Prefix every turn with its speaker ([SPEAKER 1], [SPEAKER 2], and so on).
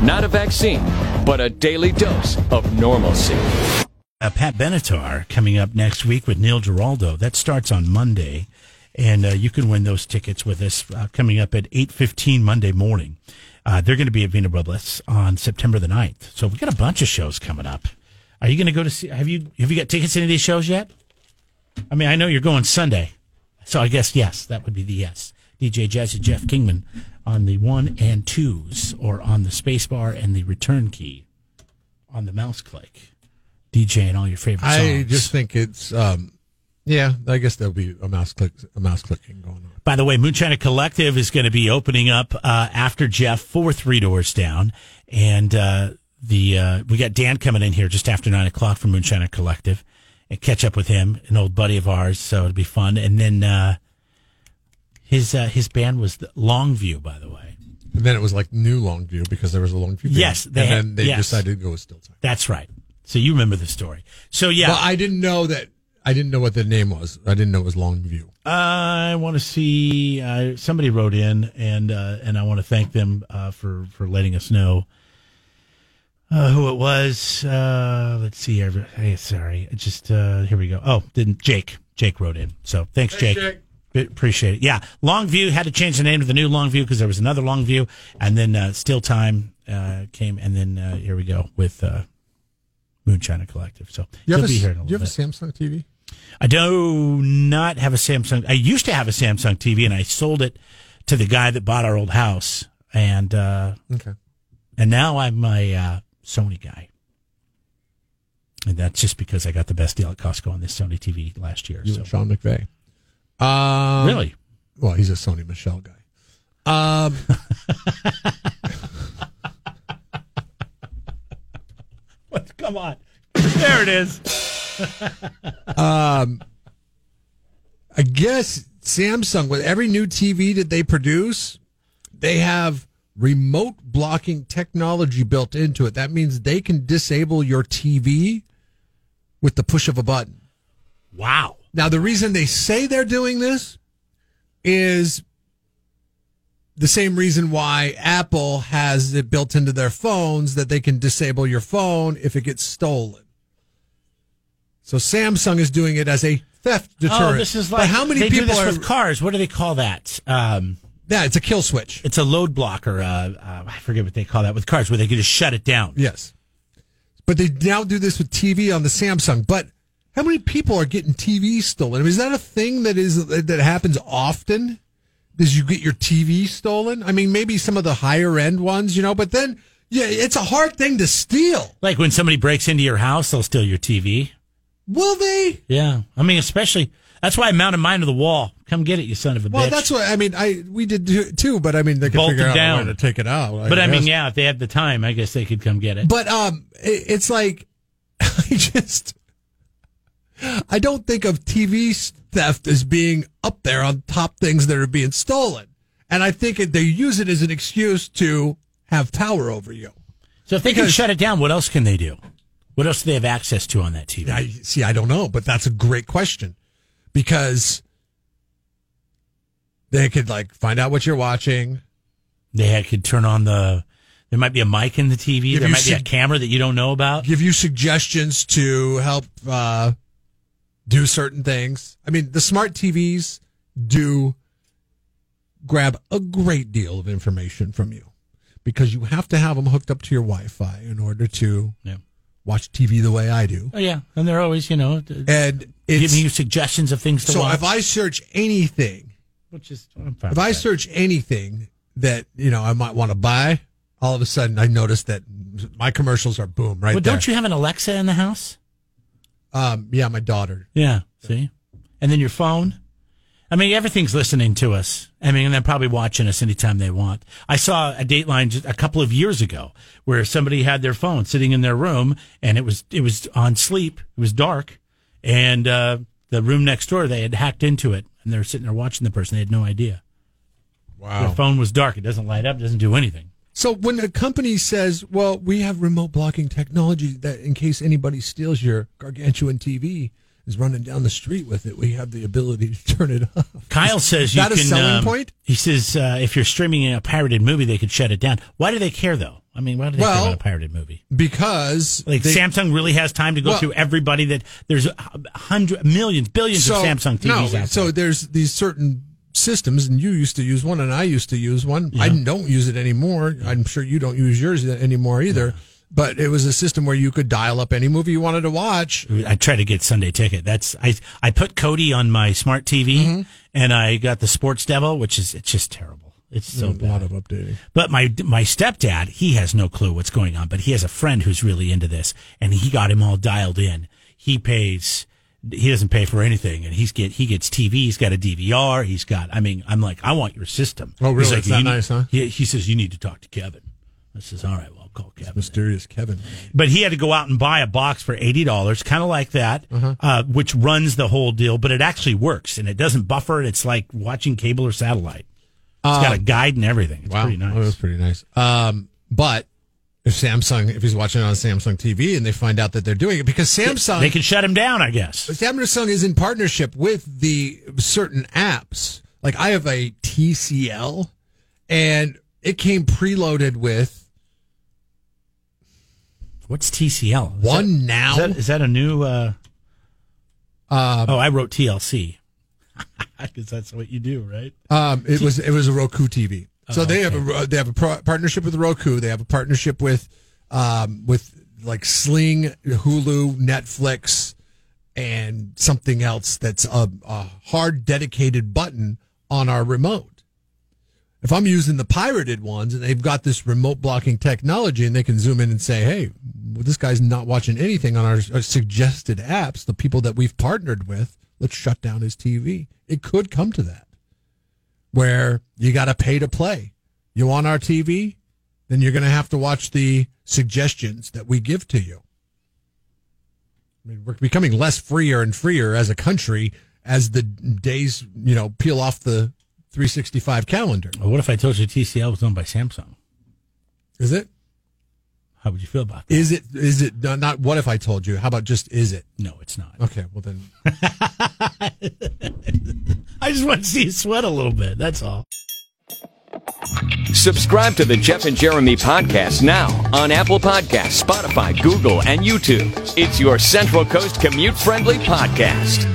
[SPEAKER 1] Not a vaccine, but a daily dose of normalcy.
[SPEAKER 2] Uh, Pat Benatar coming up next week with Neil Giraldo. That starts on Monday, and uh, you can win those tickets with us uh, coming up at eight fifteen Monday morning. Uh, they're going to be at Vina Robles on September the 9th. So we got a bunch of shows coming up. Are you going to go to see? Have you have you got tickets to any of these shows yet? I mean, I know you're going Sunday, so I guess yes, that would be the yes. DJ Jazzy Jeff Kingman on the one and twos, or on the space bar and the return key on the mouse click. DJ and all your favorite songs.
[SPEAKER 3] I just think it's, um, yeah, I guess there'll be a mouse click, a mouse clicking going on.
[SPEAKER 2] By the way, Moonshiner Collective is going to be opening up uh, after Jeff for Three Doors Down, and uh, the uh, we got Dan coming in here just after nine o'clock from Moonshiner Collective, and catch up with him, an old buddy of ours. So it'll be fun. And then uh, his uh, his band was the Longview, by the way.
[SPEAKER 3] And then it was like new Longview because there was a Longview. Band,
[SPEAKER 2] Yes, they
[SPEAKER 3] and
[SPEAKER 2] had-
[SPEAKER 3] then they
[SPEAKER 2] yes.
[SPEAKER 3] decided to go with Still Time.
[SPEAKER 2] That's right. So you remember the story. So yeah,
[SPEAKER 3] Well, I didn't know that. I didn't know what the name was. I didn't know it was Longview.
[SPEAKER 2] I want to see uh, somebody wrote in, and uh, and I want to thank them uh, for for letting us know uh, who it was. Uh, let's see. every- Hey, sorry, I just uh, here we go. Oh, didn't Jake? Jake wrote in. So thanks, Jake. B- Appreciate it. Yeah, Longview had to change the name to the new Longview because there was another Longview, and then uh, Still Time uh, came, and then uh, here we go with uh, Moonshiner Collective. So
[SPEAKER 3] You
[SPEAKER 2] he'll
[SPEAKER 3] have,
[SPEAKER 2] be
[SPEAKER 3] a,
[SPEAKER 2] here in a
[SPEAKER 3] do you
[SPEAKER 2] little
[SPEAKER 3] have a
[SPEAKER 2] bit.
[SPEAKER 3] Samsung TV?
[SPEAKER 2] I do not have a Samsung. I used to have a Samsung TV, and I sold it to the guy that bought our old house, and uh,
[SPEAKER 3] Okay.
[SPEAKER 2] and now I'm a uh, Sony guy, and that's just because I got the best deal at Costco on this Sony TV last year.
[SPEAKER 3] You
[SPEAKER 2] so
[SPEAKER 3] and Sean McVay. Um,
[SPEAKER 2] really,
[SPEAKER 3] Well, he's a Sony Michelle guy. Um,
[SPEAKER 2] what? Come on, there it is.
[SPEAKER 3] I guess Samsung with every new TV that they produce, they have remote blocking technology built into it. That means they can disable your TV with the push of a button.
[SPEAKER 2] Wow.
[SPEAKER 3] Now, the reason they say they're doing this is the same reason why Apple has it built into their phones that they can disable your phone if it gets stolen. So Samsung is doing it as a theft deterrent.
[SPEAKER 2] Oh, this is like
[SPEAKER 3] but how many
[SPEAKER 2] they
[SPEAKER 3] people
[SPEAKER 2] do this
[SPEAKER 3] are
[SPEAKER 2] with cars? What do they call that? Um,
[SPEAKER 3] Yeah, it's a kill switch.
[SPEAKER 2] it's a load blocker. Uh, uh, I forget what they call that with cars, where they can just shut it down.
[SPEAKER 3] Yes. But they now do this with TV on the Samsung. But how many people are getting TVs stolen? I mean, is that a thing that is that happens often? Does you get your TV stolen? I mean, maybe some of the higher end ones, you know, but then yeah, it's a hard thing to steal.
[SPEAKER 2] Like when somebody breaks into your house, they'll steal your TV.
[SPEAKER 3] Will they?
[SPEAKER 2] Yeah. I mean, especially that's why I mounted mine to the wall. Come get it, you son of a
[SPEAKER 3] Well,
[SPEAKER 2] bitch.
[SPEAKER 3] that's what I mean. I we did do- too, but I mean, they could
[SPEAKER 2] Bolt
[SPEAKER 3] figure
[SPEAKER 2] it
[SPEAKER 3] out a
[SPEAKER 2] down.
[SPEAKER 3] way to take it out.
[SPEAKER 2] but I mean,
[SPEAKER 3] guess.
[SPEAKER 2] yeah, if they had the time, I guess they could come get it.
[SPEAKER 3] But um, it, it's like I just I don't think of TV theft as being up there on top things that are being stolen, and I think it, they use it as an excuse to have power over you.
[SPEAKER 2] so if they can
[SPEAKER 3] because-
[SPEAKER 2] shut it down, what else can they do? What else do they have access to on that TV?
[SPEAKER 3] I see. I don't know, but that's a great question because they could like find out what you're watching.
[SPEAKER 2] they had, could turn on the. There might be a mic in the TV.
[SPEAKER 3] If
[SPEAKER 2] There
[SPEAKER 3] you
[SPEAKER 2] might be a
[SPEAKER 3] should-
[SPEAKER 2] camera that you don't know about.
[SPEAKER 3] give you suggestions to help uh, do certain things. I mean, the smart TVs do grab a great deal of information from you because you have to have them hooked up to your Wi-Fi in order to
[SPEAKER 2] Yeah.
[SPEAKER 3] watch TV the way I do.
[SPEAKER 2] Oh yeah, and they're always you know d-
[SPEAKER 3] And it's
[SPEAKER 2] giving you suggestions of things to
[SPEAKER 3] so
[SPEAKER 2] watch.
[SPEAKER 3] if I search anything,
[SPEAKER 2] which is I'm fine
[SPEAKER 3] if
[SPEAKER 2] with
[SPEAKER 3] I
[SPEAKER 2] that.
[SPEAKER 3] search anything that you know I might want to buy, all of a sudden I notice that my commercials are boom right
[SPEAKER 2] well,
[SPEAKER 3] there.
[SPEAKER 2] don't you have an Alexa in the house?
[SPEAKER 3] Um, yeah, my daughter.
[SPEAKER 2] Yeah. See? And then your phone. I mean, everything's listening to us. I mean, and they're probably watching us anytime they want. I saw a Dateline just a couple of years ago where somebody had their phone sitting in their room and it was, it was on sleep. It was dark and, uh, the room next door, they had hacked into it and they're sitting there watching the person. They had no idea.
[SPEAKER 3] Wow.
[SPEAKER 2] Their phone was dark. It doesn't light up. Doesn't do anything.
[SPEAKER 3] So when a company says, "Well, we have remote blocking technology that, in case anybody steals your gargantuan TV, is running down the street with it, we have the ability to turn it off."
[SPEAKER 2] Kyle says you
[SPEAKER 3] that a
[SPEAKER 2] can,
[SPEAKER 3] selling
[SPEAKER 2] um,
[SPEAKER 3] point?
[SPEAKER 2] He says, uh, if you're streaming a pirated movie, they could shut it down. Why do they care though? I mean, why do they
[SPEAKER 3] Well-
[SPEAKER 2] care about a pirated movie?
[SPEAKER 3] because
[SPEAKER 2] Like
[SPEAKER 3] they-
[SPEAKER 2] Samsung really has time to go
[SPEAKER 3] Well-
[SPEAKER 2] through everybody that there's hundred millions, billions of Samsung TVs out there.
[SPEAKER 3] So there's these certain systems, and you used to use one, and I used to use one. I don't use it anymore. I'm sure you don't use yours anymore either. But it was a system where you could dial up any movie you wanted to watch.
[SPEAKER 2] I try to get Sunday Ticket. That's I I put Cody on my smart TV
[SPEAKER 3] Mm-hmm.
[SPEAKER 2] and I got the Sports Devil, which is it's just terrible. It's so
[SPEAKER 3] a lot
[SPEAKER 2] bad.
[SPEAKER 3] of updating.
[SPEAKER 2] But my my stepdad, he has no clue what's going on, but he has a friend who's really into this, and he got him all dialed in. He pays. He doesn't pay for anything, and he's get he gets TV. He's got a DVR. He's got. I mean, I'm like, I want your system.
[SPEAKER 3] Oh, really?
[SPEAKER 2] He's like,
[SPEAKER 3] It's not
[SPEAKER 2] "You need-"
[SPEAKER 3] nice, huh?
[SPEAKER 2] He, he says you need to talk to Kevin. I says, all right, well, I'll call Kevin.
[SPEAKER 3] Mysterious Kevin.
[SPEAKER 2] But he had to go out and buy a box for eighty dollars, kind of like that,
[SPEAKER 3] Uh-huh.
[SPEAKER 2] uh, which runs the whole deal. But it actually works, and it doesn't buffer. it. It's like watching cable or satellite. It's
[SPEAKER 3] Um,
[SPEAKER 2] got a guide and everything. It's pretty
[SPEAKER 3] that was
[SPEAKER 2] nice.
[SPEAKER 3] pretty nice. Um, but if Samsung, if he's watching it on Samsung TV, and they find out that they're doing it, because Samsung,
[SPEAKER 2] They can shut him down, I guess.
[SPEAKER 3] Samsung is in partnership with the certain apps. Like I have a TCL, and it came preloaded with
[SPEAKER 2] What's TCL? Is
[SPEAKER 3] one
[SPEAKER 2] that-
[SPEAKER 3] now.
[SPEAKER 2] Is that, is that a new? Uh,
[SPEAKER 3] Um,
[SPEAKER 2] oh, I wrote TLC. Because that's what you do, right?
[SPEAKER 3] um, it was it was a Roku TV. So they have a ro- they have a pro- partnership with Roku. They have a partnership with um, with like Sling, Hulu, Netflix, and something else that's a, a hard dedicated button on our remote. If I'm using the pirated ones and they've got this remote blocking technology and they can zoom in and say, hey, well, this guy's not watching anything on our, our suggested apps, the people that we've partnered with, let's shut down his TV. It could come to that where you got to pay to play. You want our TV? Then you're going to have to watch the suggestions that we give to you. I mean, we're becoming less freer and freer as a country as the days, you know, peel off the 365 calendar.
[SPEAKER 2] Well, what if I told you TCL was owned by Samsung?
[SPEAKER 3] Is it?
[SPEAKER 2] How would you feel about that?
[SPEAKER 3] Is it? Is it not, not what if I told you? How about just is it?
[SPEAKER 2] No, it's not.
[SPEAKER 3] Okay, well then.
[SPEAKER 2] I just want to see you sweat a little bit. That's all.
[SPEAKER 1] Subscribe to the Jeff and Jeremy podcast now on Apple Podcasts, Spotify, Google, and YouTube. It's your Central Coast commute friendly podcast.